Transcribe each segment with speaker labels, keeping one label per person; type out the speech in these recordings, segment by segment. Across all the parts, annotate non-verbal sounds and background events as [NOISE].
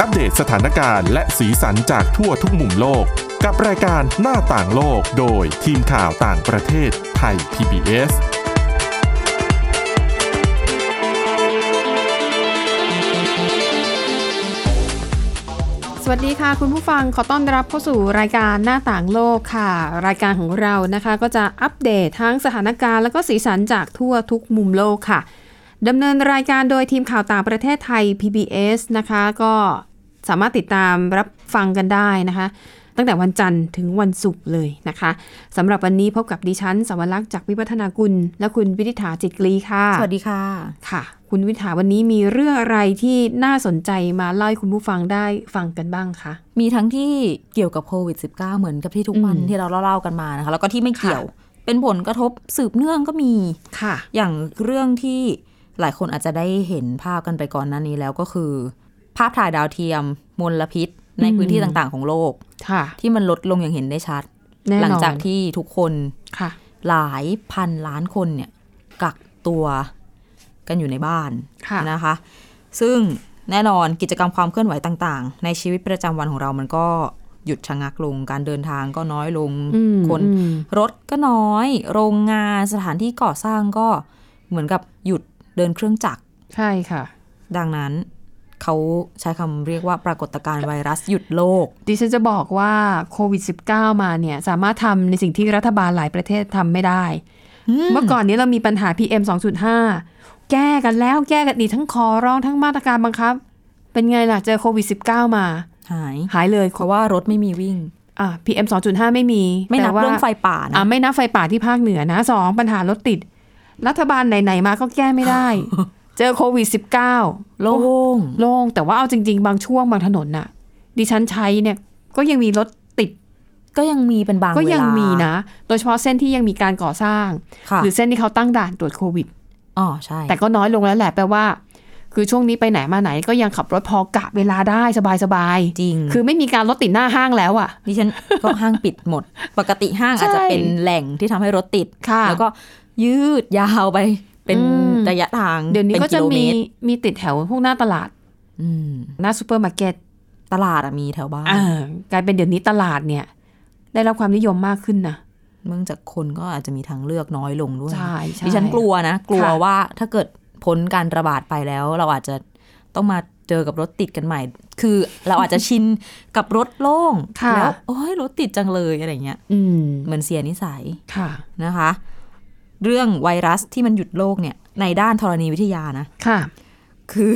Speaker 1: อัปเดตสถานการณ์และสีสันจากทั่วทุกมุมโลก กับรายการหน้าต่างโลกโดยทีมข่าวต่างประเทศไทย PBS
Speaker 2: สวัสดีค่ะ คุณผู้ฟังขอต้อนรับเข้าสู่รายการหน้าต่างโลกค่ะ รายการของเรานะคะ ก็จะอัปเดตทั้งสถานการณ์แล้วก็สีสันจากทั่วทุกมุมโลกค่ะดำเนินรายการโดยทีมข่าวต่างประเทศไทย PBS นะคะ ก็สามารถติดตามรับฟังกันได้นะคะ ตั้งแต่วันจันทร์ถึงวันศุกร์เลยนะคะสำหรับวันนี้พบกับดิฉันสวรักษ์จากวิวัฒนากุล และคุณวิธิษฐาจิตกรีค่ะ
Speaker 3: สวัสดีค่ะ
Speaker 2: ค่ะ คุณวิถาวันนี้มีเรื่องอะไรที่น่าสนใจมาเล่าให้คุณผู้ฟังได้ฟังกันบ้างคะ
Speaker 3: มีทั้งที่เกี่ยวกับโควิด -19 เหมือนกับที่ทุกวัน
Speaker 2: อืม
Speaker 3: ที่เราเล่าๆกันมานะคะ แล้วก็ที่ไม่เกี่ยว
Speaker 2: ค่
Speaker 3: เป็นผลกระทบสืบเนื่องก็มี
Speaker 2: ค่ะ
Speaker 3: อย่างเรื่องที่หลายคนอาจจะได้เห็นภาพกันไปก่อนหน้านี้แล้วก็คือ ภาพถ่ายดาวเทียมมลพิษ ใน
Speaker 2: อืม
Speaker 3: พื้นที่ต่างๆของโลก
Speaker 2: ค่ะ
Speaker 3: ที่มันลดลงอย่างเห็นได้ชัด
Speaker 2: แน่นอน
Speaker 3: หลัจากที่ทุกคน
Speaker 2: ค่ะ
Speaker 3: หลายพันล้านคนเนี่ยกักตัวกันอยู่ในบ้าน
Speaker 2: ค่ะ
Speaker 3: นะคะ ซึ่งแน่นอนกิจกรรมความเคลื่อนไหวต่างๆ ในชีวิตประจำวันของเรามันก็หยุดชะงักลง การเดินทางก็น้อยลง
Speaker 2: อืม
Speaker 3: คน
Speaker 2: อืม
Speaker 3: รถก็น้อย โรงงานสถานที่ก่อสร้างก็เหมือนกับหยุดเดินเครื่องจักร
Speaker 2: ใช่ค่ะ
Speaker 3: ดังนั้น เขาใช้คำเรียกว่าปรากฏการณ์ไวรัสหยุดโลก
Speaker 2: ดิฉันจะบอกว่าโควิด -19 มาเนี่ย สามารถทำในสิ่งที่รัฐบาลหลายประเทศทำไม่ได้ เมื่อก่อนนี้เรามีปัญหา PM 2.5 แก้กันแล้วแก้กันดีกทั้งคอร้องทั้งมาตรการบังคับ เป็นไงล่ะเจอโควิด -19 มา
Speaker 3: หาย
Speaker 2: หายเลย
Speaker 3: เพราะว่ารถไม่มีวิ่ง
Speaker 2: อ่า PM 2.5 ไม่มี
Speaker 3: ไม่นับ
Speaker 2: แต่ว่า
Speaker 3: เรื่องไฟป่านะ
Speaker 2: อ่ะไม่นับไฟป่าที่ภาคเหนือนะสองปัญหารถติด รัฐบาลไหน ๆ มาก็แก้ไม่
Speaker 3: [LAUGHS]
Speaker 2: ได้ เจอโควิด -19
Speaker 3: โล่ง
Speaker 2: โล่งแต่ว่าเอาจริง ๆ บางช่วงบางถนนน่ะ ดิฉันใช้เนี่ยก็ยังมีรถติด
Speaker 3: ก็ยังมีเป็นบางเวลา
Speaker 2: ก็ยังมีนะ โดยเฉพาะเส้นที่ยังมีการก่อสร้าง
Speaker 3: ค่ะ
Speaker 2: หรือเส้นที่เขาตั้งด่านตรวจโควิด
Speaker 3: อ๋อใช่
Speaker 2: แต่ก็น้อยลงแล้วแหละแปลว่า คือช่วงนี้ไปไหนมาไหนก็ยังขับรถพอกะเวลาได้สบาย
Speaker 3: จริง
Speaker 2: ๆคือไม่มีการรถติดหน้าห้างแล้วอ่ะ
Speaker 3: ดิฉัน ก็ห้างปิดหมด ปกติห้าง
Speaker 2: ใช่
Speaker 3: อาจจะเป็นแหล่งที่ทำให้รถติด
Speaker 2: ค่ะ
Speaker 3: แล้วก็ยืดยาวไปเป็น
Speaker 2: อืม
Speaker 3: ระยะทาง
Speaker 2: เดี๋ยวนี้
Speaker 3: ป็
Speaker 2: ก็จะ
Speaker 3: โลเ
Speaker 2: มีมีติดแถวพวกหน้าตลาด
Speaker 3: อืม
Speaker 2: หน้าซูเปอร์มาร์เก็ต
Speaker 3: ตลาดอะมีแถวบ้าน
Speaker 2: อ่ากลายเป็นเดี๋ยวนี้ตลาดเนี่ย ได้รับความนิยมมากขึ้นนะ
Speaker 3: เนื่องจากคนก็อาจจะมีทางเลือกน้อยลงด้วย
Speaker 2: ใช่ใช่
Speaker 3: ดิฉันกลัวนะ กลัว
Speaker 2: ค่ะ
Speaker 3: ว่าถ้าเกิดพ้นการระบาดไปแล้ว เราอาจจะต้องมาเจอกับรถติดกันใหม่ คือเราอาจจะชินกับรถโล่ง
Speaker 2: ค่ะ
Speaker 3: แล้วโอ้ยรถติดจังเลยอะไรเงี้ย
Speaker 2: อืม
Speaker 3: เหมือนเสียนิสัย
Speaker 2: ค่ะ
Speaker 3: นะคะ เรื่องไวรัสที่มันหยุดโลกเนี่ย ในด้านธรณีวิทยานะ
Speaker 2: ค่ะ
Speaker 3: คือ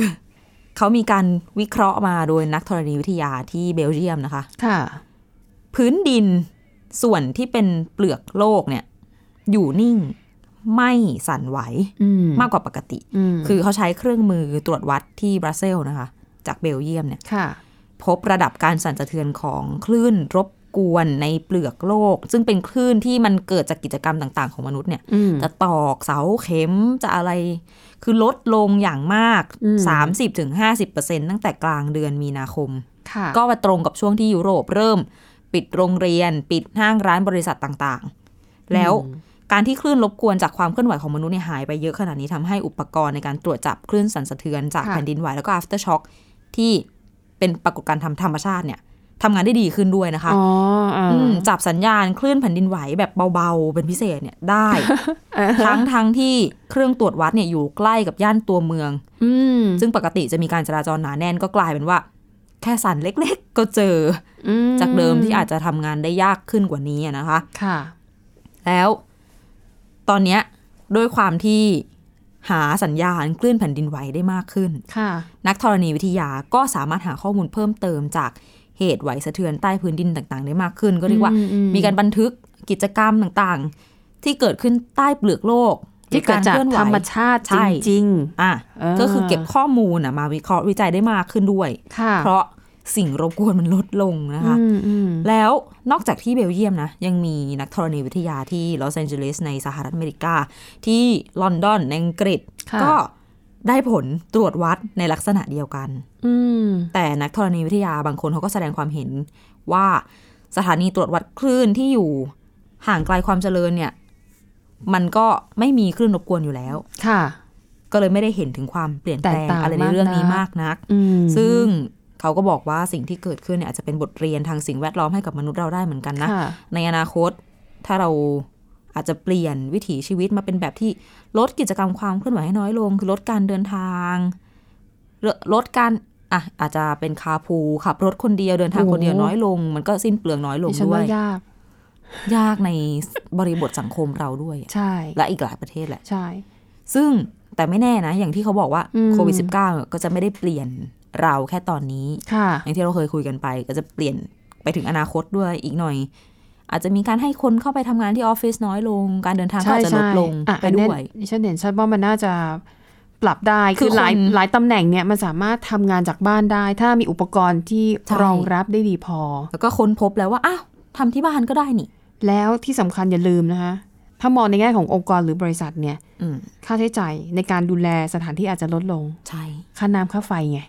Speaker 3: เขามีการวิเคราะห์มาโดยนักธรณีวิทยาที่เบลเยียมนะคะ
Speaker 2: ค่ะ
Speaker 3: พื้นดินส่วนที่เป็นเปลือกโลกเนี่ย อยู่นิ่งไม่สั่นไหว
Speaker 2: อืม
Speaker 3: มากกว่าปกติ
Speaker 2: อืม
Speaker 3: คือเขาใช้เครื่องมือตรวจวัดที่บรัสเซลนะคะ จากเบลเยียมเนี่ย
Speaker 2: ค่ะ
Speaker 3: พบระดับการสั่นสะเทือนของคลื่นรบกวนในเปลือกโลก ซึ่งเป็นคลื่นที่มันเกิดจากกิจกรรมต่างๆของมนุษย์เนี่ย
Speaker 2: อืม
Speaker 3: จะตอกเสาเข็มจะอะไร คือลดลงอย่างมาก
Speaker 2: อืม
Speaker 3: 30-50%ตั้งแต่กลางเดือนมีนาคม
Speaker 2: ค่ะ
Speaker 3: ก็มาตรงกับช่วงที่ยุโรปเริ่ม ปิดโรงเรียน ปิดห้างร้านบริษัทต่างๆ แล้วการที่คลื่นรบกวนจากความเคลื่อนไหวของมนุษย์เนี่ยหายไปเยอะขนาดนี้ทำให้อุปกรณ์ในการตรวจจับคลื่นสั่นสะเทือนจากแผ่นดินไหวแล้วก็ after shock ที่เป็นปรากฏการณ์ทางธรรมชาติเนี่ยทำงานได้ดีขึ้นด้วยนะคะ
Speaker 2: อ๋ออ่า
Speaker 3: อืมจับสัญญาณคลื่นแผ่นดินไหวแบบเบาๆ เป็นพิเศษเนี่ยได้
Speaker 2: [LAUGHS]
Speaker 3: ทั้งทั้งที่เครื่องตรวจวัดเนี่ยอยู่ใกล้กับย่านตัวเมือง
Speaker 2: อืม
Speaker 3: ซึ่งปกติจะมีการจราจรหนาแน่นก็กลายเป็นว่า แค่สั่นเล็กๆ ก็เจอ
Speaker 2: อื
Speaker 3: อจากเดิมที่อาจจะทำงานได้ยากขึ้นกว่านี้อะนะคะ
Speaker 2: ค่ะ
Speaker 3: แล้วตอนเนี้ยด้วยความที่หาสัญญาณคลื่นแผ่นดินไหวได้มากขึ้น
Speaker 2: ค่ะ
Speaker 3: นักธรณีวิทยาก็สามารถหาข้อมูลเพิ่มเติมจากเหตุไหวสะเทือนใต้พื้นดินต่างๆ ได้มากขึ้น ก็เรียกว่า
Speaker 2: อืมอืม
Speaker 3: มีการบันทึกกิจกรรมต่างๆ ที่เกิดขึ้นใต้เปลือกโลก
Speaker 2: ที่เกิดจาก
Speaker 3: หอลื่อนไหว
Speaker 2: ธรรมชาติ
Speaker 3: ใช่
Speaker 2: จริง
Speaker 3: อ่ะ
Speaker 2: เออ
Speaker 3: ก็คือเก็บข้อมูลน่ะมาวิเคราะห์วิจัยได้มากขึ้นด้วย
Speaker 2: ๆ ค่ะ
Speaker 3: เพราะสิ่งรบกวนมันลดลงนะคะ
Speaker 2: อืมอืม
Speaker 3: แล้วนอกจากที่เบลเยียมนะ ยังมีนักธรณีวิทยาที่ลอสแอนเจลิสในสหรัฐอเมริกา ที่ลอนดอนในอังกฤษ
Speaker 2: ค่ะ
Speaker 3: ก็ได้ผลตรวจวัดในลักษณะเดียวกัน
Speaker 2: อืม
Speaker 3: แต่นักธรณีวิทยาบางคนเขาก็แสดงความเห็นว่าสถานีตรวจวัดคลื่นที่อยู่ห่างไกลความเจริญเนี่ย มันก็ไม่มีคลื่นรบกวนอยู่แล้ว
Speaker 2: ค่ะ
Speaker 3: ก็เลยไม่ได้เห็นถึงความเปลี่ยนแปลง
Speaker 2: แตกต่าง
Speaker 3: อะไรในเรื่อง
Speaker 2: มาม
Speaker 3: นี้าก ก
Speaker 2: นั
Speaker 3: นั
Speaker 2: ก
Speaker 3: ก
Speaker 2: อืม
Speaker 3: ซึ่ง เขาก็บอกว่าสิ่งที่เกิดขึ้นเนี่ยอาจจะเป็นบทเรียนทางสิ่งแวดล้อมให้กับมนุษย์เราได้เหมือนกันนะ
Speaker 2: ค่ะ
Speaker 3: ในอนาคตถ้าเราอาจจะเปลี่ยนวิถีชีวิตมาเป็นแบบที่ลดกิจกรรมความเคลื่อนไหวให้น้อยลง คือลดการเดินทางลดลดการอ่ะอาจจะเป็นคาร์พูลขับรถคนเดียวเดินทาง
Speaker 2: โอ้โห
Speaker 3: คนเดียวน้อยลง มันก็สิ้นเปลืองน้อยลง
Speaker 2: ดิฉัน
Speaker 3: ด้ว
Speaker 2: ว่าย ยาก
Speaker 3: ยากในบริบทสังคมเราด้วยอะ
Speaker 2: ใช่
Speaker 3: และอีกหลายประเทศแหละ
Speaker 2: ใช่
Speaker 3: ซึ่งแต่ไม่แน่นะ อย่างที่เขาบอกว่า
Speaker 2: อืม
Speaker 3: โควิด -19 ก็จะไม่ได้เปลี่ยนเราแค่ตอนนี้
Speaker 2: ค่ะ
Speaker 3: อย่างที่เราเคยคุยกันไป ก็จะเปลี่ยนไปถึงอนาคตด้วยอีกหน่อย อาจจะมีการให้คนเข้าไปทำงานที่ออฟฟิศน้อยลง การเดินทางก็อาจจะลดลง
Speaker 2: อ่ะ
Speaker 3: ไป
Speaker 2: อัน
Speaker 3: ด้
Speaker 2: เนี้
Speaker 3: วย
Speaker 2: ดิฉันเห็นชัดว่ามันน่าจะปรับได้
Speaker 3: คื
Speaker 2: คือ อหลาย
Speaker 3: คน
Speaker 2: หลายตำแหน่งเนี่ยมันสามารถทำงานจากบ้านได้ ถ้ามีอุปกรณ์ที่
Speaker 3: ใช่
Speaker 2: รองรับได้ดีพอ
Speaker 3: แล้วก็ค้นพบแล้วว่าอ้าวทำที่บ้านก็ได้นี่
Speaker 2: แล้วที่สำคัญอย่าลืมนะคะ ถ้ามองในแง่ขององค์กรหรือบริษัทเนี่ย
Speaker 3: อืม
Speaker 2: ค่าใช้จ่ายในการดูแลสถานที่อาจจะลดลง
Speaker 3: ใช่
Speaker 2: ค่าน้ำค่าไฟไง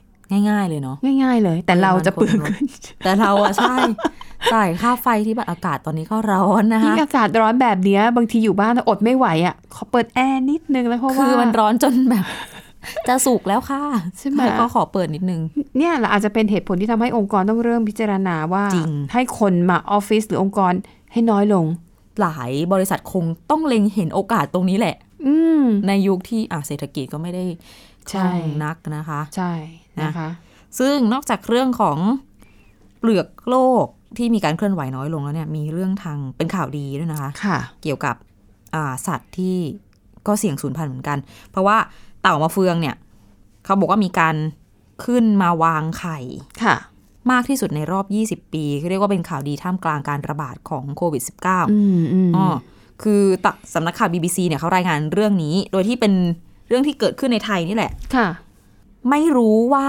Speaker 3: ง่าย ๆ เลยเนาะ
Speaker 2: ง่าย ๆ เลย แต่เราจะเปลือง
Speaker 3: [LAUGHS]
Speaker 2: ขึ้น
Speaker 3: แต่เราอะใช่ [LAUGHS] จ่ายค่าไฟที่บ้านอากาศตอนนี้ก็ร้อนนะ
Speaker 2: ยิ่
Speaker 3: คะ
Speaker 2: งอากาศร้อนแบบเนี้ยบางทีอยู่บ้านอดไม่ไหวอ่ะขอเปิดแอร์นิดนึงแล้วเพราะว่า
Speaker 3: คือมันร้อนจนแบบ [LAUGHS] จะสุกแล้วค่ะ
Speaker 2: ใช่ไหม
Speaker 3: ก็ขอเปิดนิดนึง
Speaker 2: เนี่ยแหละอาจจะเป็นเหตุผลที่ทำให้องค์กรต้องเริ่มพิจารณาว่า
Speaker 3: จริง
Speaker 2: ให้คนมาออฟฟิศหรือองค์กรให้น้อยลง
Speaker 3: หลายบริษัทคงต้องเล็งเห็นโอกาสตรงนี้แหละ
Speaker 2: อืม
Speaker 3: ในยุคที่อ่ะเศรษฐกิจก็ไม่ได้คล่อง
Speaker 2: ใช่
Speaker 3: นักนะคะ
Speaker 2: ใช่นะคะ
Speaker 3: ซึ่งนอกจากเรื่องของเปลือกโลกที่มีการเคลื่อนไหวน้อยลงแล้วเนี่ยมีเรื่องทางเป็นข่าวดีด้วยนะคะ
Speaker 2: ค่ะ
Speaker 3: เกี่ยวกับอ่าสัตว์ที่ก็เสี่ยงสูญพันธุ์เหมือนกัน เพราะว่าเต่ามาเฟืองเนี่ย เขาบอกว่ามีการขึ้นมาวางไข่
Speaker 2: ค่ะ
Speaker 3: มากที่สุดในรอบ 20 ปีเรียกว่าเป็นข่าวดีท่ามกลางการระบาดของโควิด -19
Speaker 2: อืมอืม
Speaker 3: อ๋อคือตะสำนักข่าว BBC เนี่ยเขารายงานเรื่องนี้ โดยที่เป็นเรื่องที่เกิดขึ้นในไทยนี่แหละ
Speaker 2: ค่ะ
Speaker 3: ไม่รู้ว่า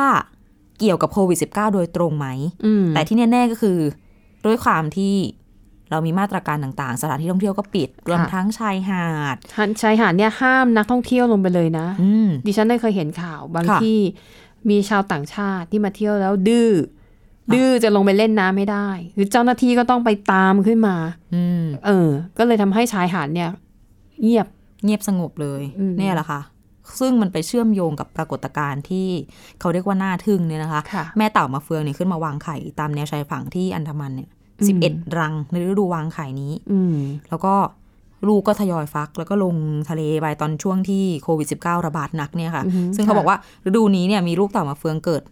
Speaker 3: เกี่ยวกับโควิด -19 โดยตรงไหม
Speaker 2: อืม
Speaker 3: แต่ที่แน่ ๆ ก็คือ ด้วยความที่เรามีมาตรการต่างๆ สถานที่ท่องเที่ยวก็ปิด รวมทั้งชายหาด
Speaker 2: หันชายหาดเนี่ยห้ามนักท่องเที่ยวลงไปเลยนะ
Speaker 3: อืม
Speaker 2: ดิฉันได้เคยเห็นข่าวบาง
Speaker 3: ค่ะ
Speaker 2: ที่มีชาวต่างชาติที่มาเที่ยวแล้วดื้อ
Speaker 3: ะ
Speaker 2: ดื้อจะลงไปเล่นน้ำไม่ได้ หรือเจ้าหน้าที่ก็ต้องไปตามขึ้นมา
Speaker 3: อืม
Speaker 2: เออ ก็เลยทำให้ชายหาดเนี่ย เงียบ
Speaker 3: เงียบสงบเลย
Speaker 2: อืม
Speaker 3: เนี่ยแหละค่ะ ซึ่งมันไปเชื่อมโยงกับปรากฏการณ์ที่เขาเรียกว่าหน้าทึ่งเนี่ยนะคะ
Speaker 2: ค่ะ
Speaker 3: แม่เต่ามาเฟืองเนี่ยขึ้นมาวางไข่ตามแนวชายฝั่งที่อันดามันเนี่ย
Speaker 2: อืม
Speaker 3: สิบเอ็ดรังในฤดูวางไข่นี้
Speaker 2: อืม
Speaker 3: แล้วก็ลูกก็ทยอยฟัก แล้วก็ลงทะเลไปตอนช่วงที่โควิด -19 ระบาดหนักเนี่ยค่ะ
Speaker 2: อือฮึ
Speaker 3: ซึ่งเขา
Speaker 2: ค่ะ
Speaker 3: บอกว่าฤดูนี้เนี่ยมีลูกเต่ามาเฟืองเกิด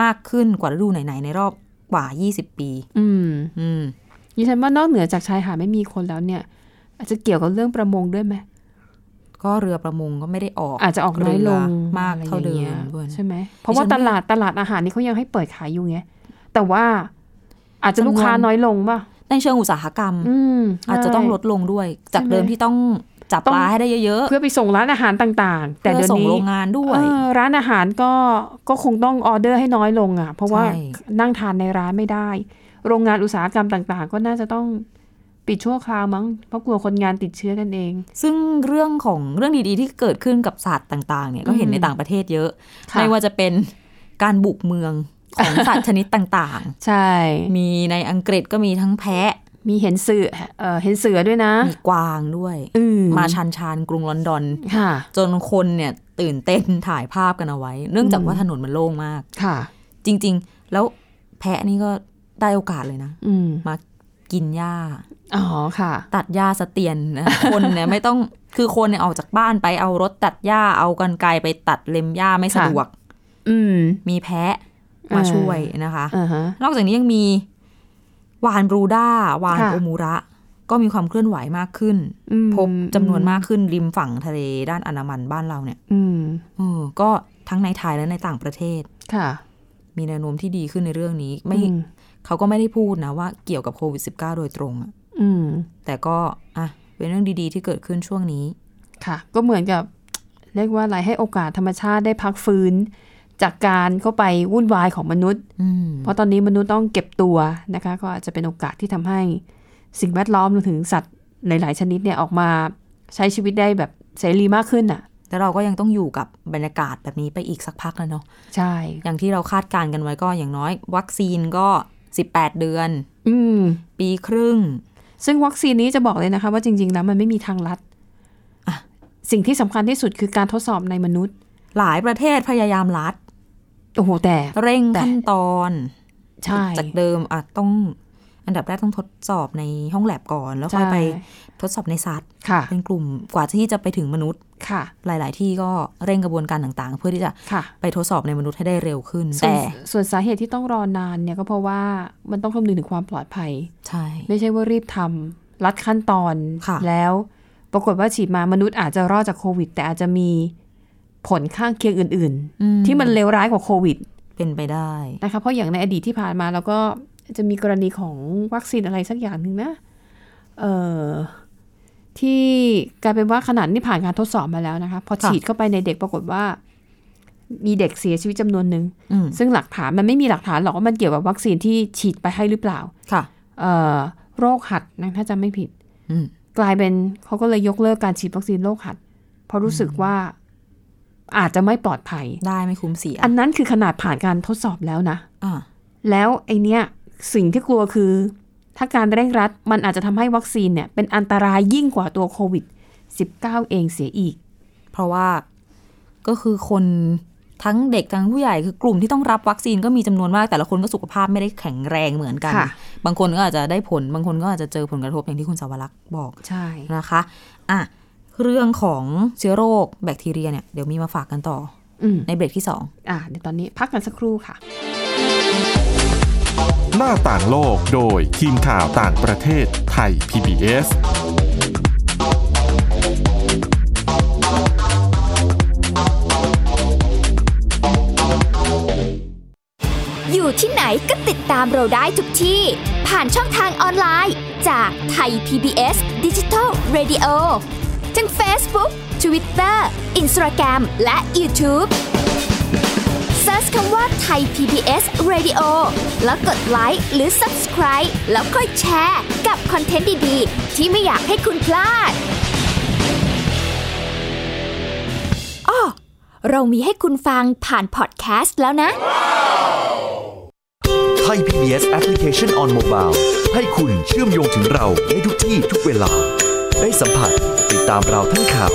Speaker 3: มากขึ้นกว่าฤดูไหน ๆ ในรอบกว่า 20 ปี
Speaker 2: อืม
Speaker 3: อืม
Speaker 2: ดิฉันว่านอกเหนือจากชายหาดไม่มีคนแล้วเนี่ย อาจจะเกี่ยวกับเรื่องประมงด้วยไหม
Speaker 3: ก็เรือประมงก็ไม่ได้ออก
Speaker 2: อาจจะออกน้อยลง
Speaker 3: เรือมากเท่าเดิ
Speaker 2: อะไรอย่
Speaker 3: ม
Speaker 2: งงี้ย
Speaker 3: ด้วยนะ
Speaker 2: ใช่ไหมเพราะว่า
Speaker 3: ดิฉั
Speaker 2: ต
Speaker 3: น
Speaker 2: ลาดตลาดอาหารนี่เขายังให้เปิดขายอยู่ไงแต่ว่าอาจจะ
Speaker 3: จำนวน
Speaker 2: ลูกค้าน้อยลงป่ะ
Speaker 3: ในเชิงอุตสาหกรรม
Speaker 2: อืม
Speaker 3: อาจจะต้องล
Speaker 2: ใช่
Speaker 3: ดลงด้วย จาก
Speaker 2: ใช่ไหม
Speaker 3: เดิมที่ต้องจับ
Speaker 2: ต้อ
Speaker 3: ป
Speaker 2: ง
Speaker 3: ลาให้ได้เยอะๆ
Speaker 2: เพื่อไปส่งร้านอาหารต่างๆ แต่
Speaker 3: เพื่
Speaker 2: เดี๋
Speaker 3: อ
Speaker 2: ยว
Speaker 3: ส่ง
Speaker 2: นี้
Speaker 3: โรงงานด้วย
Speaker 2: เออร้านอาหารก็ก็คงต้องออเดอร์ให้น้อยลงอ่ะ เพราะว่า
Speaker 3: ใช่
Speaker 2: นั่งทานในร้านไม่ได้ โรงงานอุตสาหกรรมต่างๆ ก็น่าจะต้องปิดชั่วคราวมั้งเพราะกลัวคนงานติดเชื้อกันเอง
Speaker 3: ซึ่งเรื่องของเรื่องดีๆ ที่เกิดขึ้นกับสัตว์ต่างๆเนี่ยก็เห็น
Speaker 2: อืม
Speaker 3: ในต่างประเทศเยอะ
Speaker 2: ค่ะ
Speaker 3: ไม่ว่าจะเป็นการบุกเมืองของสัตว์ชนิดต่าง
Speaker 2: ใช่
Speaker 3: ๆ มีในอังกฤษก็มีทั้งแพะ
Speaker 2: มีเห็นเสือเอ่อเห็นเสือด้วยนะ
Speaker 3: มีกวางด้วย
Speaker 2: อื
Speaker 3: มาชันชานกรุงลอนดอน
Speaker 2: ค่ะ
Speaker 3: จนคนเนี่ยตื่นเต้นถ่ายภาพกันเอาไว้ เนื่องจาก
Speaker 2: อืม
Speaker 3: ว่าถนนมันโล่งมาก
Speaker 2: ค่ะ
Speaker 3: จริง ๆ แล้วแพะนี่ก็ได้โอกาสเลยนะ
Speaker 2: อืม
Speaker 3: มากินหญ้า
Speaker 2: อ๋อ ค่ะ
Speaker 3: ตัดหญ้าสเตียนนะ คนเนี่ยไม่ต้องคือคนเนี่ยออกจากบ้านไปเอารถตัดหญ้าเอากรรไกรไปตัดเล็มหญ้าไม่สะดวก
Speaker 2: อืม
Speaker 3: มีแพะมา
Speaker 2: เออ
Speaker 3: ช่วยนะคะ
Speaker 2: อ่าฮะ
Speaker 3: นอกจากนี้ยังมีวานบรูด้าวาน
Speaker 2: ค่ะ
Speaker 3: โอมูระ ก็มีความเคลื่อนไหวมากขึ้น
Speaker 2: อืม
Speaker 3: พบจำนวนมากขึ้นริมฝั่งทะเลด้านอันดามันบ้านเราเนี่ย
Speaker 2: อืม
Speaker 3: เออก็ทั้งในไทยและในต่างประเทศ
Speaker 2: ค่ะ
Speaker 3: มีแนวโน้มที่ดีขึ้นในเรื่องนี้ไม่
Speaker 2: อืม
Speaker 3: เขาก็ไม่ได้พูดนะว่าเกี่ยวกับโควิด -19 โดยตรงอะ
Speaker 2: อืม
Speaker 3: แต่ก็อ่ะเป็นเรื่องดีๆ ที่เกิดขึ้นช่วงนี้
Speaker 2: ค่ะ ก็เหมือนกับ เรียกว่าอะไรให้โอกาสธรรมชาติได้พักฟื้น จากการเข้าไปวุ่นวายของมนุษย์
Speaker 3: อืม
Speaker 2: เพราะตอนนี้มนุษย์ต้องเก็บตัวนะคะ ก็อาจจะเป็นโอกาสที่ทำให้สิ่งแวดล้อมรวมถึงสัตว์หลาย ๆ ชนิดเนี่ยออกมาใช้ชีวิตได้แบบเสรีมากขึ้นอ่ะ
Speaker 3: แต่เราก็ยังต้องอยู่กับบรรยากาศแบบนี้ไปอีกสักพักแล้วเนาะ
Speaker 2: ใช่
Speaker 3: อย่างที่เราคาดการณ์กันไว้ก็อย่างน้อย วัคซีนก็ 18 เดือน
Speaker 2: อืม
Speaker 3: ปีครึ่ง
Speaker 2: ซึ่งวัคซีนนี้จะบอกเลยนะคะ ว่าจริง ๆ แล้วมันไม่มีทางลัด
Speaker 3: อ่ะ
Speaker 2: สิ่งที่สำคัญที่สุดคือการทดสอบในมนุษย์
Speaker 3: หลายประเทศพยายามรัด
Speaker 2: โอ้โหแต่
Speaker 3: เร่ง
Speaker 2: แต่
Speaker 3: ขั้นตอน
Speaker 2: ใช่
Speaker 3: จากเดิมอาจต้องอันดับแรกต้องทดสอบในห้องแลบก่อน แล้วค่อยไปทดสอบในสัตว์
Speaker 2: ใช่ค่ะ
Speaker 3: เป็นกลุ่มกว่าที่จะไปถึงมนุษย์
Speaker 2: ค่ะ
Speaker 3: หลาย ๆ ที่ก็เร่งกระบวนการต่างๆ เพื่อที่จะ
Speaker 2: ค่ะ
Speaker 3: ไปทดสอบในมนุษย์ให้ได้เร็วขึ้น
Speaker 2: ส่วน
Speaker 3: แต่
Speaker 2: ส่วนสาเหตุที่ต้องรอนานเนี่ยก็เพราะว่ามันต้องคำนึงถึงความปลอดภัย
Speaker 3: ใช่
Speaker 2: ไม่ใช่ว่ารีบทำรัดขั้นตอน
Speaker 3: ค่ะ
Speaker 2: แล้ว ปรากฏว่าฉีดมามนุษย์อาจจะรอดจากโควิด แต่อาจจะมีผลข้างเคียงอื่น
Speaker 3: อื
Speaker 2: ๆ ที่มันเลวร้ายกว่าโควิด
Speaker 3: เป็นไปได้
Speaker 2: นะคะเพราะอย่างในอดีตที่ผ่านมาเราก็จะมีกรณีของวัคซีนอะไรสักอย่างหนึ่งนะเอ่อที่กลายเป็นว่าขนาดนี่ผ่านการทดสอบมาแล้วนะคะพอ
Speaker 3: ค่ะ
Speaker 2: ฉีดเข้าไปในเด็กปรากฏว่า มีเด็กเสียชีวิตจำนวนหนึ่ง
Speaker 3: อืม
Speaker 2: ซึ่งหลักฐานมันไม่มีหลักฐานหรอกว่ามันเกี่ยวกับวัคซีนที่ฉีดไปให้หรือเปล่า
Speaker 3: ค่ะ
Speaker 2: เอ่อโรคหัดนะถ้าจำไม่ผิด
Speaker 3: อืม
Speaker 2: กลายเป็นเขาก็เลยยกเลิกการฉีดวัคซีนโรคหัด เพราะรู้สึกว่าอาจจะไม่ปลอดภัย
Speaker 3: ได้ไม่คุ้มเสีย
Speaker 2: อันนั้นคือขนาดผ่านการทดสอบแล้วนะ
Speaker 3: อ่า
Speaker 2: แล้วไอเนี้ยสิ่งที่กลัวคือ ถ้าการเร่งรัดมันอาจจะทำให้วัคซีนเนี่ยเป็นอันตรายยิ่งกว่าตัวโควิด -19 เองเสียอีก
Speaker 3: เพราะว่าก็คือคนทั้งเด็กทั้งผู้ใหญ่คือกลุ่มที่ต้องรับวัคซีนก็มีจำนวนมากแต่ละคนก็สุขภาพไม่ได้แข็งแรงเหมือนกัน
Speaker 2: ค่ะ
Speaker 3: บางคนก็อาจจะได้ผล บางคนก็อาจจะเจอผลกระทบอย่างที่คุณสาวรักษ์บอก
Speaker 2: ใช่
Speaker 3: นะคะอ่ะเรื่องของเชื้อโรคแบคทีเรียเนี่ยเดี๋ยวมีมาฝากกันต่อ
Speaker 2: อืม
Speaker 3: ในเบรกที่ 2
Speaker 2: อ่ะเดี๋ยวตอนนี้พักกันสักครู่ค่ะ
Speaker 1: หน้าต่างโลกโดยทีมข่าวต่างประเทศไทย PBS
Speaker 4: อยู่ที่ไหนก็ติดตามเราได้ทุกที่ ผ่านช่องทางออนไลน์ จากไทย PBS Digital Radio ทั้ง Facebook Twitter Instagram และ YouTube Search คำว่าไทย PBS Radio แล้วกดไลค์หรือ Subscribe แล้วค่อยแชร์กับคอนเทนต์ดี ๆ ที่ไม่อยากให้คุณพลาดอ้อเรามีให้คุณฟังผ่านพอดแคสต์แล้วนะ
Speaker 5: ไทย PBS Application on Mobile ให้คุณเชื่อมโยงถึงเราในทุกที่ทุกเวลา ได้สัมผัสติดตามเราทั้งข่าว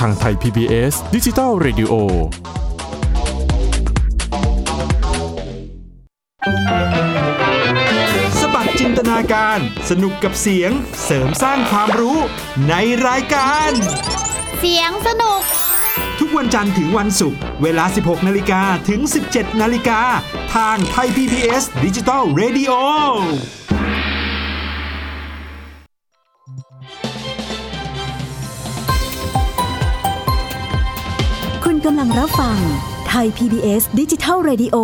Speaker 1: ทางไทย PBS ดิจิ t a l Radio
Speaker 6: สบัดจินตนาการ สนุกกับเสียง เสริมสร้างความรู้ในรายการ
Speaker 4: เสียงสนุก
Speaker 6: ทุกวันจันทร์ถึงวันศุกร์เวลา 16 นาฬิกาถึง 17 นาฬิกา ทางไทย PPS ดิจิ t a l Radio
Speaker 7: คุณกำลังรับฟังไทย PBS ดิจิทัล Radio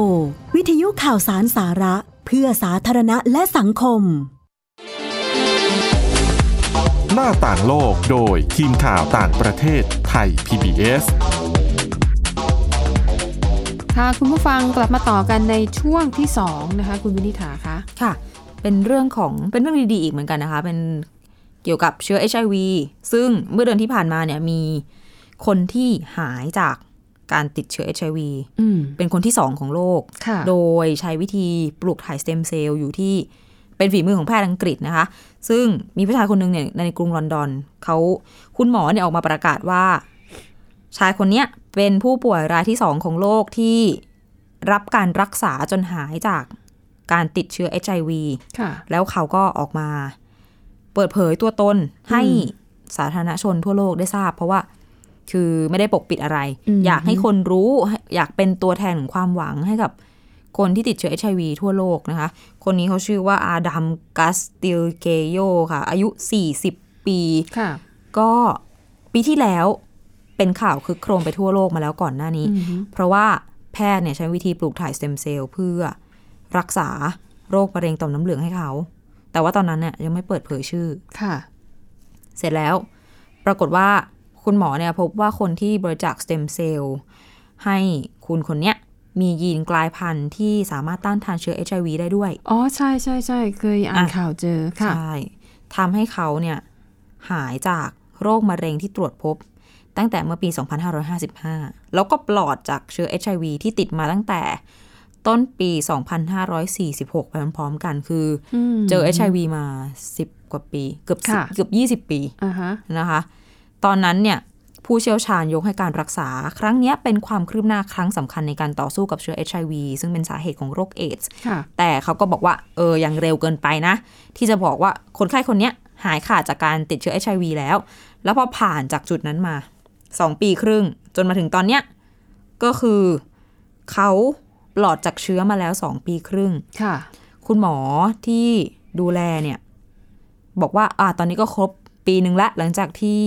Speaker 7: วิทยุข่าวสารสาระ เพื่อสาธารณะและสังคม
Speaker 1: หน้าต่างโลกโดยทีมข่าวต่างประเทศไทย PBS
Speaker 2: ค่ะคุณผู้ฟังกลับมาต่อกันในช่วงที่ 2 นะคะ คุณวินิฐาคะ
Speaker 3: ค่ะ เป็นเรื่องของเป็นเรื่องดีๆอีกเหมือนกันนะคะ เป็นเกี่ยวกับเชื้อ HIV ซึ่งเมื่อเดือนที่ผ่านมาเนี่ยมีคนที่หายจากการติดเชื้อ HIV
Speaker 2: อืม
Speaker 3: เป็นคนที่ 2 ของโลก
Speaker 2: ค่ะ
Speaker 3: โดยใช้วิธีปลูกถ่ายสเต็มเซลล์อยู่ที่เป็นฝีมือของแพทย์อังกฤษนะคะ ซึ่งมีผู้ชายคนหนึ่งเนี่ยในกรุงลอนดอนเขาคุณหมอเนี่ยออกมาประกาศว่า ชายคนเนี้ยเป็นผู้ป่วยรายที่สองของโลกที่รับการรักษาจนหายจากการติดเชื้อ HIV
Speaker 2: ค่ะ
Speaker 3: แล้วเขาก็ออกมา เปิดเผยตัวตนให้
Speaker 2: อืม
Speaker 3: สาธารณชนทั่วโลกได้ทราบ เพราะว่าจ คือไม่ได้ปกปิดอะไร
Speaker 2: อืม
Speaker 3: อยากให้คนรู้ให้อยากเป็นตัวแทนของความหวังให้กับคนที่ติดเชื้อ HIV ทั่วโลกนะคะ คนนี้เขาชื่อว่าอาดัมกัสติลเกโยค่ะ อายุ 40 ปี
Speaker 2: ค่ะ
Speaker 3: ก็ปีที่แล้วเป็นข่าวคึกโครมไปทั่วโลกมาแล้วก่อนหน้านี้
Speaker 2: อือฮึ
Speaker 3: เพราะว่าแพทย์เนี่ยใช้วิธีปลูกถ่ายสเต็มเซลล์เพื่อรักษาโรคมะเร็งต่อมน้ำเหลืองให้เขา แต่ว่าตอนนั้นเนี่ยยังไม่เปิดเผยชื่อ
Speaker 2: ค่ะ
Speaker 3: เสร็จแล้วปรากฏว่าคุณหมอเนี่ยพบว่าคนที่บริจาคสเต็มเซลล์ให้คุณคนเนี้ยมียีนกลายพันธุ์ที่สามารถต้านทานเชื้อ HIV ได้ด้วย
Speaker 2: อ๋อใช่ใช่ใช่เคยอ่าน
Speaker 3: อ่ะ
Speaker 2: ข่าวเจอค่ะ
Speaker 3: ใช่ทำให้เขาเนี่ยหายจากโรคมะเร็งที่ตรวจพบ ตั้งแต่เมื่อปี 2555 แล้วก็ปลอดจากเชื้อ HIV ที่ติดมาตั้งแต่ต้นปี 2546 ไปพร้อมๆกันคืออ
Speaker 2: ม
Speaker 3: เจอ HIV มา 10 กว่าปี เกือบสิบ
Speaker 2: ค่ะ
Speaker 3: เกือบ 20 ปี
Speaker 2: อ่าฮะ
Speaker 3: นะคะ ตอนนั้นเนี่ยผู้เชี่ยวชาญยกให้การรักษา ครั้งเนี้ยเป็นความคืบหน้าครั้งสำคัญในการต่อสู้กับเชื้อ HIV ซึ่งเป็นสาเหตุของโรคเอดส์
Speaker 2: ค่ะ
Speaker 3: แต่เขาก็บอกว่าเออยังเร็วเกินไปนะ ที่จะบอกว่าคนไข้คนเนี้ยหายขาดจากการติดเชื้อ HIV แล้ว แล้วพอผ่านจากจุดนั้นมา 2 ปีครึ่ง จนมาถึงตอนเนี้ยก็คือเขาปลอดจากเชื้อมาแล้ว 2 ปีครึ่ง
Speaker 2: ค่ะ
Speaker 3: คุณหมอที่ดูแลเนี่ย บอกว่าอ่าตอนนี้ก็ครบปีหนึ่งละหลังจากที่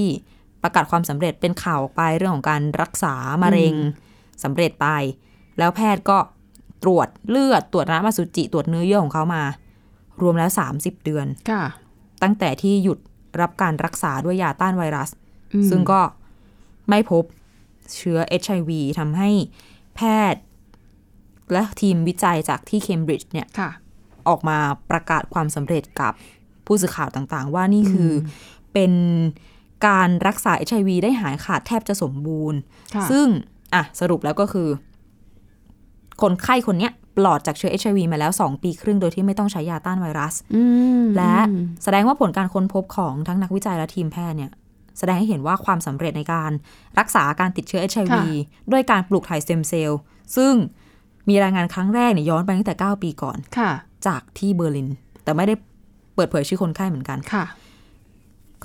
Speaker 3: ประกาศความสำเร็จเป็นข่าวออกไปเรื่องของการรักษามะเร็งสำเร็จไป แล้วแพทย์ก็ตรวจเลือดตรวจน้ำอสุจิตรวจเนื้อเยื่อของเขามา รวมแล้ว 30 เดือน
Speaker 2: ค่ะ
Speaker 3: ตั้งแต่ที่หยุดรับการรักษาด้วยยาต้านไวรัส
Speaker 2: อืม
Speaker 3: ซึ่งก็ไม่พบเชื้อ HIV ทำให้แพทย์และทีมวิจัยจากที่เคมบริดจ์เนี่ย
Speaker 2: ค่ะ
Speaker 3: ออกมาประกาศความสำเร็จกับผู้สื่อข่าวต่างๆ ว่านี่คืออเป็นการรักษา HIV ได้หายขาดแทบจะสมบูรณ์
Speaker 2: ค่ะ
Speaker 3: ซึ่งอ่ะสรุปแล้วก็คือ คนไข้คนเนี้ยปลอดจากเชื้อ HIV มาแล้ว 2 ปีครึ่งโดยที่ไม่ต้องใช้ยาต้านไวรัส
Speaker 2: อืม
Speaker 3: และ
Speaker 2: อืม
Speaker 3: แสดงว่าผลการค้นพบของทั้งนักวิจัยและทีมแพทย์เนี่ย แสดงให้เห็นว่าความสำเร็จในการรักษาการติดเชื้อ HIV ด้วยการปลูกถ่ายสเต็มเซลล์ซึ่งมีรายงานครั้งแรกเนี่ยย้อนไปตั้งแต่ 9 ปีก่อน
Speaker 2: ค่ะ
Speaker 3: จากที่เบอร์ลิน แต่ไม่ได้เปิดเผยชื่อคนไข้เหมือนกัน
Speaker 2: ค่ะ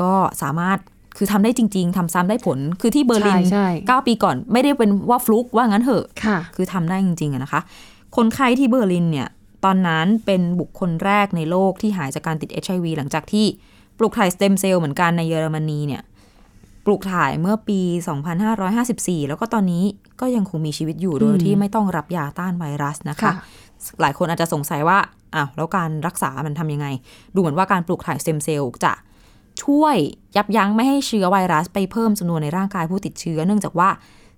Speaker 3: ก็สามารถคือทำได้จริง ๆทำซ้ำได้ผลคือที่เบอร์ลิน
Speaker 2: ใช่ใช่
Speaker 3: เก้าปีก่อนไม่ได้เป็นว่าฟลุกว่างั้นเถอะ
Speaker 2: ค่ะ
Speaker 3: คือทำได้จริงๆอะนะคะ คนไข้ที่เบอร์ลินเนี่ย ตอนนั้นเป็นบุคคลแรกในโลกที่หายจากการติด HIV หลังจากที่ปลูกถ่ายสเต็มเซลล์เหมือนกันในเยอรมนีเนี่ย ปลูกถ่ายเมื่อปี 2554 แล้วก็ตอนนี้ก็ยังคงมีชีวิตอยู่โดยที่ไม่ต้องรับยาต้านไวรัสนะคะ
Speaker 2: ค่ะ
Speaker 3: หลายคนอาจจะสงสัยว่า อ้าว แล้วการรักษามันทำยังไง ดูเหมือนว่าการปลูกถ่ายสเต็มเซลล์จะช่วยยับยั้งไม่ให้เชื้อไวรัสไปเพิ่มจำนวนในร่างกายผู้ติดเชื้อ เนื่องจากว่า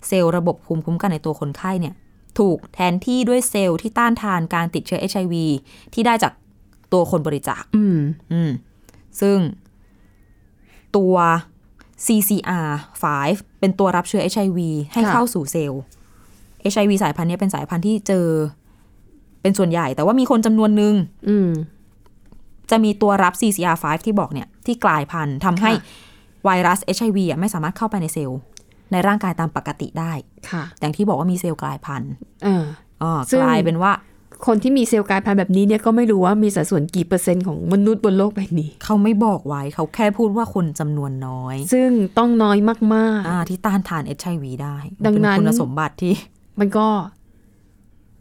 Speaker 3: เซลล์ระบบภูมิคุ้มกันในตัวคนไข้เนี่ย ถูกแทนที่ด้วยเซลล์ที่ต้านทานการติดเชื้อ HIV ที่ได้จากตัวคนบริจาค
Speaker 2: อืม
Speaker 3: อืม ซึ่งตัว CCR5 เป็นตัวรับเชื้อ HIV ให้
Speaker 2: ค่ะ
Speaker 3: เข้าสู่เซลล์ HIV สายพันธุ์เนี้ยเป็นสายพันธุ์ที่เจอเป็นส่วนใหญ่ แต่ว่ามีคนจำนวนหนึ่ง
Speaker 2: อืม
Speaker 3: จะมีตัวรับ CCR5 ที่บอกเนี่ย ที่กลายพันธุ์ทำให้ไวรัส HIV อ่ะไม่สามารถเข้าไปในเซลล์ ในร่างกายตามปกติได้
Speaker 2: ค่ะ
Speaker 3: อย่างที่บอกว่ามีเซลล์กลายพันธุ์
Speaker 2: เออ
Speaker 3: อ่า
Speaker 2: ซึ่ง
Speaker 3: กลายเป็นว่า
Speaker 2: คนที่มีเซลล์กลายพันธุ์แบบนี้เนี่ยก็ไม่รู้ว่ามีสัดส่วนกี่เปอร์เซ็นต์ของมนุษย์บนโลกใบนี้
Speaker 3: เขาไม่บอกไว้เขาแค่พูดว่าคนจำนวนน้อย
Speaker 2: ซึ่งต้องน้อยมาก
Speaker 3: อ่าที่ต้านทาน HIV ได้มั
Speaker 2: ดังนั้น
Speaker 3: เป็นคุณสมบัติ
Speaker 2: [LAUGHS]
Speaker 3: ที่
Speaker 2: ๆ มันก็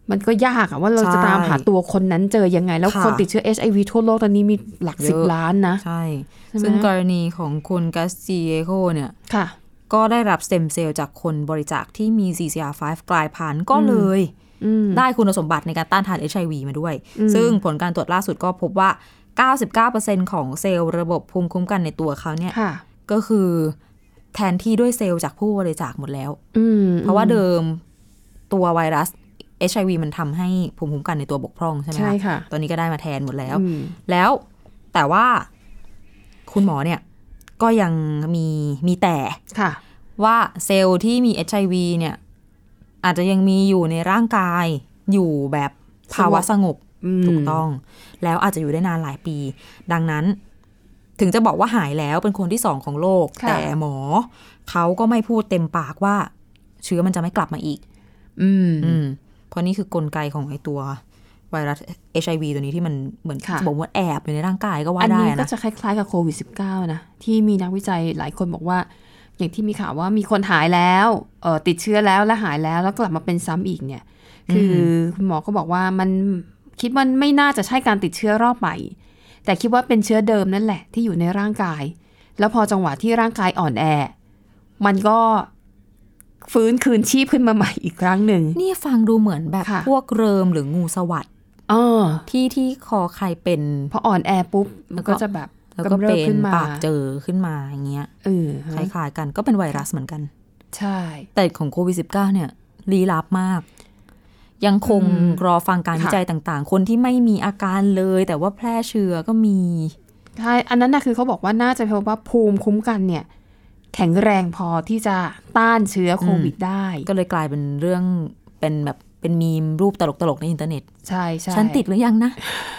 Speaker 2: มันก็ยากอะว่าเราจะ
Speaker 3: ใช่
Speaker 2: ตามหาตัวคนนั้นเจอยังไง แล้ว
Speaker 3: ค่ะ
Speaker 2: คนติดเชื้อ HIV ทั่วโลกตอนนี้มีหลัก
Speaker 3: เยอะ
Speaker 2: สิบล้านนะ
Speaker 3: ใช่
Speaker 2: ใช่ไหม
Speaker 3: ซึ่งกรณีของคุณกัสซิเอโคเนี่ย
Speaker 2: ค่ะ
Speaker 3: ก็ได้รับสเต็มเซลล์จากคนบริจาคที่มี CCR5 กลายพันธุ์ก็เลย
Speaker 2: อืม
Speaker 3: ได้คุณสมบัติในการต้านทาน HIV มาด้วย
Speaker 2: อืม
Speaker 3: ซึ่งผลการตรวจล่าสุดก็พบว่า 99%ของเซลล์ระบบภูมิคุ้มกันในตัวเขาเนี่ย
Speaker 2: ค่ะ
Speaker 3: ก็คือแทนที่ด้วยเซลล์จากผู้บริจาคหมดแล้ว
Speaker 2: อืม
Speaker 3: เพราะว่าเดิมตัวไวรัส HIV มันทำให้ภูมิคุ้มกันในตัวบกพร่องใช่ไหม
Speaker 2: ใช่
Speaker 3: คะ
Speaker 2: ค่ะ
Speaker 3: ตอนนี้ก็ได้มาแทนหมดแล้ว
Speaker 2: อืม
Speaker 3: แล้วแต่ว่าคุณหมอเนี่ย ก็ยังมีมีแต่
Speaker 2: ค่ะ
Speaker 3: ว่าเซลล์ที่มี HIV เนี่ย อาจจะยังมีอยู่ในร่างกายอยู่แบบภาวะสงบ
Speaker 2: อืม
Speaker 3: ถูกต้อง แล้วอาจจะอยู่ได้นานหลายปี ดังนั้น ถึงจะบอกว่าหายแล้วเป็นคนที่สองของโลก
Speaker 2: ค่ะ
Speaker 3: แต่หมอเขาก็ไม่พูดเต็มปากว่า เชื้อมันจะไม่กลับมาอีก
Speaker 2: อืม
Speaker 3: อืมเพราะนี่คือกลไกของไอตัวไวรัส HIV ตัวนี้ที่มันเหมือน
Speaker 2: ค่ะ
Speaker 3: จะบอกว่าแอบอยู่ในร่างกายก็ว่า
Speaker 2: อัน
Speaker 3: ได้
Speaker 2: นี้ก็
Speaker 3: นะ
Speaker 2: จะคล้ายๆกับโควิด -19 นะ ที่มีนักวิจัยหลายคนบอกว่า อย่างที่มีข่าวว่ามีคนหายแล้วเออติดเชื้อแล้วและหายแล้วแล้วกลับมาเป็นซ้ำอีกเนี่ย คือคุณหมอก็บอกว่ามันคิดว่าไม่น่าจะใช่การติดเชื้อรอบใหม่ แต่คิดว่าเป็นเชื้อเดิมนั่นแหละที่อยู่ในร่างกาย แล้วพอจังหวะที่ร่างกายอ่อนแอ มันก็ฟื้นคืนชีพขึ้นมาใหม่อีกครั้งหนึ่ง
Speaker 3: นี่ฟังดูเหมือนแบบ
Speaker 2: ค่ะ
Speaker 3: พวกเริมหรืองูสวัสด์
Speaker 2: เออ
Speaker 3: ที่ที่คอใครเป็น
Speaker 2: พออ่อนแอปุ๊บมันก็จะแบบ
Speaker 3: แล้วก็
Speaker 2: ำริ
Speaker 3: เป็
Speaker 2: บ
Speaker 3: น
Speaker 2: ขึ้นมา
Speaker 3: ปากเจอขึ้นมาอย่างเงี้ย
Speaker 2: เออ
Speaker 3: ค
Speaker 2: ฮะ
Speaker 3: ล้ายๆกันก็เป็นไวรัสเหมือนกัน
Speaker 2: ใช่
Speaker 3: แต่ของโควิด -19 เนี่ยลี้ลับมาก ยังคง
Speaker 2: อืม
Speaker 3: รอฟังการ
Speaker 2: ค่ะ
Speaker 3: วิจัยต่างๆ คนที่ไม่มีอาการเลย แต่ว่าแพร่เชื้อก็มี
Speaker 2: ใช่ อันนั้นนะคือเขาบอกว่าน่าจะเพราะว่าภูมิคุ้มกันเนี่ย แข็งแรงพอที่จะต้านเชื้อโควิดได้
Speaker 3: ก็เลยกลายเป็นเรื่องเป็นแบบเป็นมีมรูปตลกๆในอินเทอร์เน็ต
Speaker 2: ใช่ใช่
Speaker 3: ฉันติดหรือยังนะ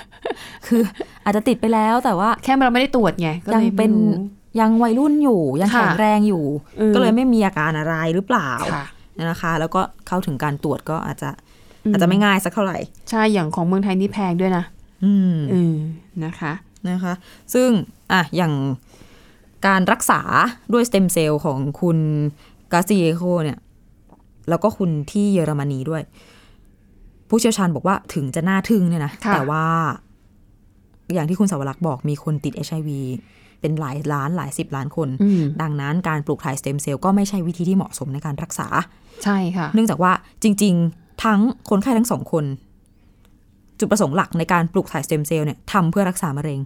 Speaker 3: [LAUGHS] คืออาจจะติดไปแล้วแต่ว่า
Speaker 2: แค่เราไม่ได้ตรวจไงก็
Speaker 3: ยัง
Speaker 2: เลย
Speaker 3: เป็น
Speaker 2: ไม่รู้
Speaker 3: ยังวัยรุ่นอยู่ยัง
Speaker 2: ค่ะ
Speaker 3: แข็งแรงอยู่
Speaker 2: อืม
Speaker 3: ก็เลยไม่มีอาการอะไรหรือเปล่า
Speaker 2: ค่ะ
Speaker 3: นะคะ แล้วก็เข้าถึงการตรวจก็อาจจะ
Speaker 2: อืม
Speaker 3: อาจจะไม่ง่ายสักเท่าไหร่
Speaker 2: ใช่ อย่างของเมืองไทยนี่แพงด้วยนะ
Speaker 3: อืม
Speaker 2: เออนะคะ
Speaker 3: นะคะ ซึ่งอ่ะอย่างการรักษาด้วยสเต็มเซลล์ของคุณกาซิเยโคเนี่ย แล้วก็คุณที่เยอรมนีด้วย ผู้เชี่ยวชาญบอกว่าถึงจะน่าทึ่งเนี่ยนะ
Speaker 2: ค่ะ
Speaker 3: แต่ว่า อย่างที่คุณสาวรักษ์บอกมีคนติด HIV เป็นหลายล้านหลายสิบล้านคน
Speaker 2: อืม
Speaker 3: ดังนั้นการปลูกถ่ายสเต็มเซลล์ก็ไม่ใช่วิธีที่เหมาะสมในการรักษา
Speaker 2: ใช่ค่ะ
Speaker 3: เนื่องจากว่าจริง ๆ ทั้งคนไข้ทั้งสองคน จุดประสงค์หลักในการปลูกถ่ายสเต็มเซลล์เนี่ยทำเพื่อรักษามะเร็ง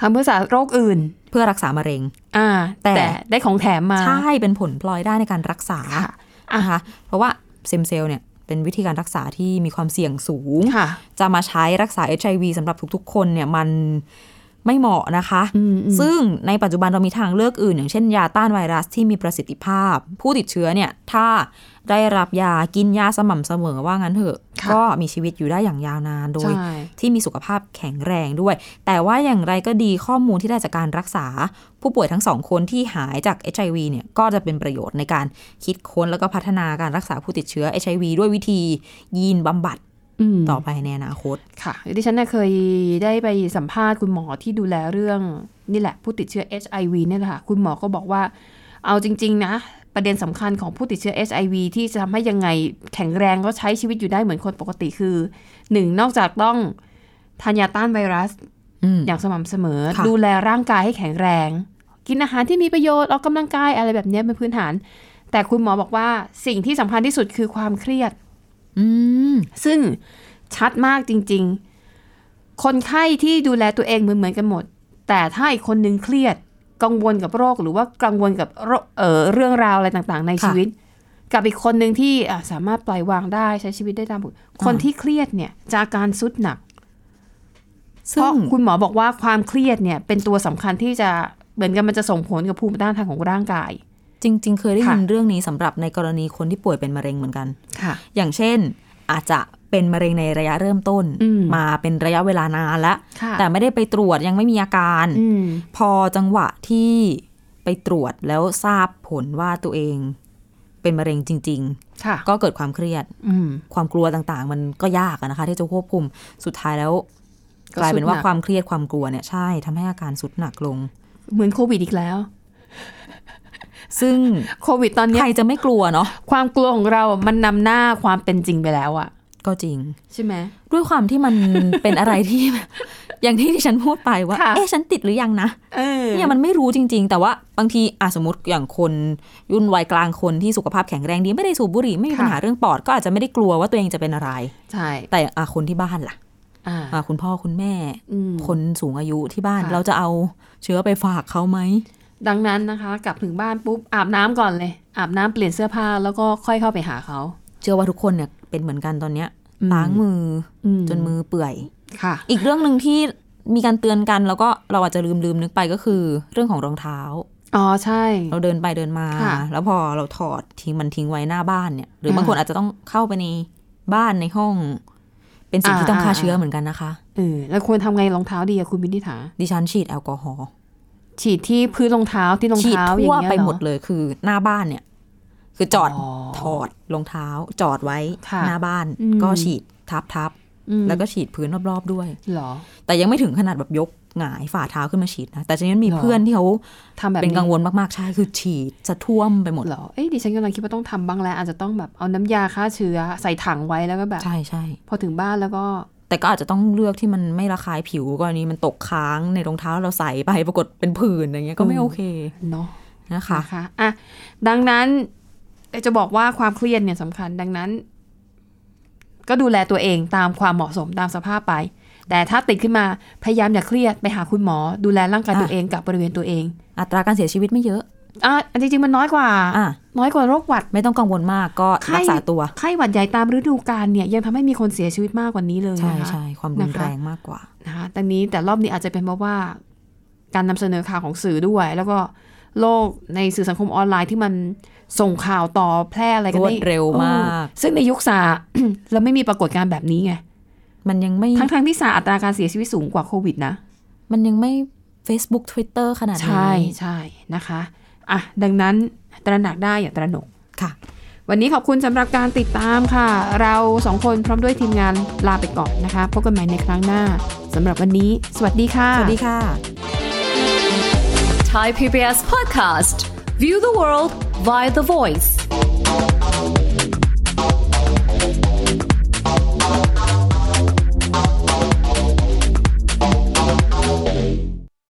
Speaker 2: ทำเพื่อสาโรคอื่น
Speaker 3: เพื่อรักษามะเร็ง
Speaker 2: อ่า
Speaker 3: แต่
Speaker 2: แต่ได้ของแถมมา
Speaker 3: ใช่เป็นผลพลอยได้ในการรักษา
Speaker 2: ค่ะ
Speaker 3: นะคะเพราะว่าสเต็มเซลล์เนี่ยเป็นวิธีการรักษาที่มีความเสี่ยงสูง
Speaker 2: ค่ะ
Speaker 3: จะมาใช้รักษา HIV สำหรับทุกๆ คนเนี่ยมันไม่เหมาะนะคะ
Speaker 2: อืมอืม
Speaker 3: ซึ่งในปัจจุบันเรามีทางเลือกอื่น อย่างเช่นยาต้านไวรัสที่มีประสิทธิภาพ ผู้ติดเชื้อเนี่ย ถ้าได้รับยากินยาสม่ำเสมอว่างั้นเถอะ ก็มีชีวิตอยู่ได้อย่างยาวนานโดย
Speaker 2: ใช่
Speaker 3: ที่มีสุขภาพแข็งแรงด้วย แต่ว่าอย่างไรก็ดีข้อมูลที่ได้จากการรักษา ผู้ป่วยทั้งสองคนที่หายจาก HIV เนี่ยก็จะเป็นประโยชน์ในการคิดค้นแล้วก็พัฒนาการรักษาผู้ติดเชื้อ HIV ด้วยวิธียีนบำบัด
Speaker 2: อืม
Speaker 3: ต่อไปในอนาคต
Speaker 2: ค่ะดิฉันน่ะเคยได้ไปสัมภาษณ์คุณหมอที่ดูแลเรื่อง นี่แหละ ผู้ติดเชื้อ HIV เนี่ยแหละค่ะ คุณหมอก็บอกว่า เอาจริง ๆ นะ ประเด็นสำคัญของผู้ติดเชื้อ HIV ที่จะทำให้ยังไงแข็งแรงก็ใช้ชีวิตอยู่ได้เหมือนคนปกติคือหนึ่งนอกจากต้องทานยาต้านไวรัส
Speaker 3: อืม
Speaker 2: อย่างสม่ำเสมอ
Speaker 3: ค่ะ
Speaker 2: ดูแลร่างกายให้แข็งแรง กินอาหารที่มีประโยชน์ออกกำลังกายอะไรแบบเนี้ยเป็นพื้นฐาน แต่คุณหมอบอกว่าสิ่งที่สำคัญที่สุดคือความเครียด
Speaker 3: อืม
Speaker 2: ซึ่งชัดมากจริง ๆ คนไข้ที่ดูแลตัวเองเหมือนเหมือนๆกันหมด แต่ถ้าอีกคนนึงเครียดกังวลกับโรคหรือว่ากังวลกับโรคเออเรื่องราวอะไรต่างๆ ใน
Speaker 3: ค่ะ
Speaker 2: ชีวิต กับอีกคนหนึ่งที่อ่ะสามารถปล่อยวางได้ใช้ชีวิตได้ตามปกติคน
Speaker 3: อ่า
Speaker 2: ที่เครียดเนี่ยจะอาการสุดหนัก เพ
Speaker 3: ซึ่ง
Speaker 2: ราะคุณหมอบอกว่าความเครียดเนี่ยเป็นตัวสำคัญที่จะเหมือนกันมันจะส่งผลกับภูมิต้านทานของร่างกาย
Speaker 3: จริง ๆ เคยได้ยิน
Speaker 2: ค่ะ
Speaker 3: เรื่องนี้สำหรับในกรณีคนที่ป่วยเป็นมะเร็งเหมือนกัน
Speaker 2: ค่ะ
Speaker 3: อย่างเช่น อาจจะเป็นมะเร็งในระยะเริ่มต้น
Speaker 2: อืม
Speaker 3: มาเป็นระยะเวลานานแล้ว
Speaker 2: ค่ะ
Speaker 3: แต่ไม่ได้ไปตรวจยังไม่มีอาการ
Speaker 2: อืม
Speaker 3: พอจังหวะที่ไปตรวจแล้วทราบผลว่าตัวเองเป็นมะเร็งจริง
Speaker 2: ค่ะ
Speaker 3: ๆ ก็เกิดความเครียด
Speaker 2: อืม
Speaker 3: ความกลัวต่างๆ มันก็ยากอะนะคะ ที่จะควบคุมสุดท้ายแล้ว
Speaker 2: ก็
Speaker 3: กลายเป็นว่า
Speaker 2: สุดหนัก
Speaker 3: ความเครียดความกลัวเนี่ยใช่ทำให้อาการสุดหนักลง
Speaker 2: เหมือนโควิดอีกแล้ว
Speaker 3: ซึ่ง
Speaker 2: โควิดตอนเนี้ย
Speaker 3: ใครจะไม่กลัวเนาะ
Speaker 2: ความกลัวของเราอะมันนำหน้าความเป็นจริงไปแล้วอะ
Speaker 3: ก็จริง
Speaker 2: ใช่ไหม
Speaker 3: ด้วยความที่
Speaker 2: [LAUGHS]
Speaker 3: มัน เป็นอะไรที่ [LAUGHS] อย่างที่ที่ฉันพูดไปว่า
Speaker 2: ค่ะ
Speaker 3: เอ๊ะฉันติดหรือยังนะ
Speaker 2: เออ
Speaker 3: เนี่ยมันไม่รู้จริง ๆ แต่ว่าบางทีอ่ะสมมติอย่างคนยุ่นวัยกลางคนที่สุขภาพแข็งแรงดีไม่ได้สูบบุหรี่ไม่มีปัญหาเรื่องปอดก็อาจจะไม่ได้กลัวว่าตัวเองจะเป็นอะไร
Speaker 2: ใช่
Speaker 3: แต่อ่ะคนที่บ้านล่ะ
Speaker 2: อ่า
Speaker 3: อ่ะคุณพ่อคุณแม่
Speaker 2: อืม
Speaker 3: คนสูงอายุที่บ้าน
Speaker 2: ค่ะ
Speaker 3: เราจะเอาเชื้อไปฝากเขาไหม
Speaker 2: ดังนั้นนะคะ กลับถึงบ้านปุ๊บอาบน้ำก่อนเลย อาบน้ำเปลี่ยนเสื้อผ้าแล้วก็ค่อยเข้าไปหาเขา
Speaker 3: เชื่อว่าทุกคนเนี่ยเป็นเหมือนกันตอนเนี้ย
Speaker 2: อืม
Speaker 3: ล้างมือ
Speaker 2: อื
Speaker 3: อจนมือเปื่อย
Speaker 2: ค่ะ
Speaker 3: อีกเรื่องหนึ่งที่มีการเตือนกันแล้วก็เราอาจจะลืมลืมนึกไปก็คือ เรื่องของรองเท้า
Speaker 2: อ๋อใช่
Speaker 3: เราเดินไปเดินมา
Speaker 2: ค่ะ
Speaker 3: แล้วพอเราถอดทิ้งมันทิ้งไว้หน้าบ้านเนี่ย หรือ
Speaker 2: ม
Speaker 3: บางคนอาจจะต้องเข้าไปในบ้านในห้อง เป็นสิ่งที่ต้องฆ่า
Speaker 2: อ่า
Speaker 3: เชื้อเหมือนกันนะคะ
Speaker 2: เออแล้วควรทำไงรองเท้าดีอะคุณบินิษฐา
Speaker 3: ดิฉันฉีดแอลกอฮอล์
Speaker 2: ฉีดที่พื้นรองเท้าที่รอง
Speaker 3: ฉีด
Speaker 2: เท้าอ
Speaker 3: ทั่ว
Speaker 2: ย่างเงี้ย
Speaker 3: ไป
Speaker 2: รอ
Speaker 3: หมดเลยคือหน้าบ้านเนี่ย คือจอด
Speaker 2: อ๋อ
Speaker 3: ถอดรองเท้า จอดไว้
Speaker 2: ค่ะ
Speaker 3: หน้าบ้าน
Speaker 2: อืม
Speaker 3: ก็ฉีดทับทับ
Speaker 2: อืม
Speaker 3: แล้วก็ฉีดพื้นรอบๆด้วย
Speaker 2: หรอ
Speaker 3: แต่ยังไม่ถึงขนาดแบบยก หงายฝ่าเท้าขึ้นมาฉีดนะ แต่ทีนี้มี
Speaker 2: หรอ
Speaker 3: เพื่อนที่เขา
Speaker 2: ทำแบบนี้
Speaker 3: เป็นกังวลมากๆใช่คือฉีดจะท่วมไปหมด
Speaker 2: เหรอ เอ้ยดิฉันกำลังคิดว่าต้องทำบ้างแล้ว อาจจะต้องแบบเอาน้ำยาฆ่าเชื้อใส่ถังไว้แล้วก็แบบ
Speaker 3: ใช่ใช่
Speaker 2: พอถึงบ้านแล้วก็
Speaker 3: แต่ก็อาจจะต้องเลือกที่มันไม่ระคายผิวกรณีมันตกค้างในรองเท้าเราใส่ไปปรากฏเป็นผื่นอะไรเงี้ยก็ไม่โอเค
Speaker 2: เนาะ
Speaker 3: นะคะ
Speaker 2: นะคะอ่ะดังนั้นเอ้ยจะบอกว่าความเครียดเนี่ยสำคัญ ดังนั้น ก็ดูแลตัวเองตามความเหมาะสมตามสภาพไป แต่ถ้าติดขึ้นมาพยายามอย่าเครียดไปหาคุณหมอ ดูแลร่างกายตัว
Speaker 3: อ่ะ
Speaker 2: เองกับบริเวณตัวเอง
Speaker 3: อัตราการเสียชีวิตไม่เยอะ
Speaker 2: อ่ะจริงๆมันน้อยกว่า
Speaker 3: อ่ะ
Speaker 2: น้อยกว่าโรคหวัด
Speaker 3: ไม่ต้องกังวลมากก็
Speaker 2: ไข้
Speaker 3: รักษาตัว
Speaker 2: ไข้หวัดใหญ่ตามฤดูกาลเนี่ยยังทำให้มีคนเสียชีวิตมากกว่านี้เลย
Speaker 3: ใช่
Speaker 2: นะคะ
Speaker 3: ใช่ความรุน
Speaker 2: นะคะ
Speaker 3: แรงมากกว่า
Speaker 2: นะคะแต่นี้แต่รอบนี้อาจจะเป็นเพราะว่าการนำเสนอข่าวของสื่อด้วย แล้วก็โลกในสื่อสังคมออนไลน์ที่มันส่งข่าวต่อแพร่อะไรกัน
Speaker 3: รวด
Speaker 2: ได้
Speaker 3: เร็วมาก
Speaker 2: เออซึ่งในยุคสา [COUGHS] เราไม่มีปรากฏการณ์แบบนี้ไง
Speaker 3: มันยังไม่
Speaker 2: ทั้งๆที่สาอัตราการเสียชีวิตสูงกว่าโควิดนะ
Speaker 3: มันยังไม่ Facebook Twitter ขนาดนี้
Speaker 2: ใช่ใช่นะคะอ่ะดังนั้นตระหนักได้อย่าตระหนก
Speaker 3: ค่ะ
Speaker 2: วันนี้ขอบคุณสำหรับการติดตามค่ะ เราสองคนพร้อมด้วยทีมงานลาไปก่อนนะคะพบกันใหม่ในครั้งหน้าสำหรับวันนี้ สวัสดีค่ะ
Speaker 3: สวัสดีค่ะ
Speaker 8: Thai PBS podcast. View the world via the voice.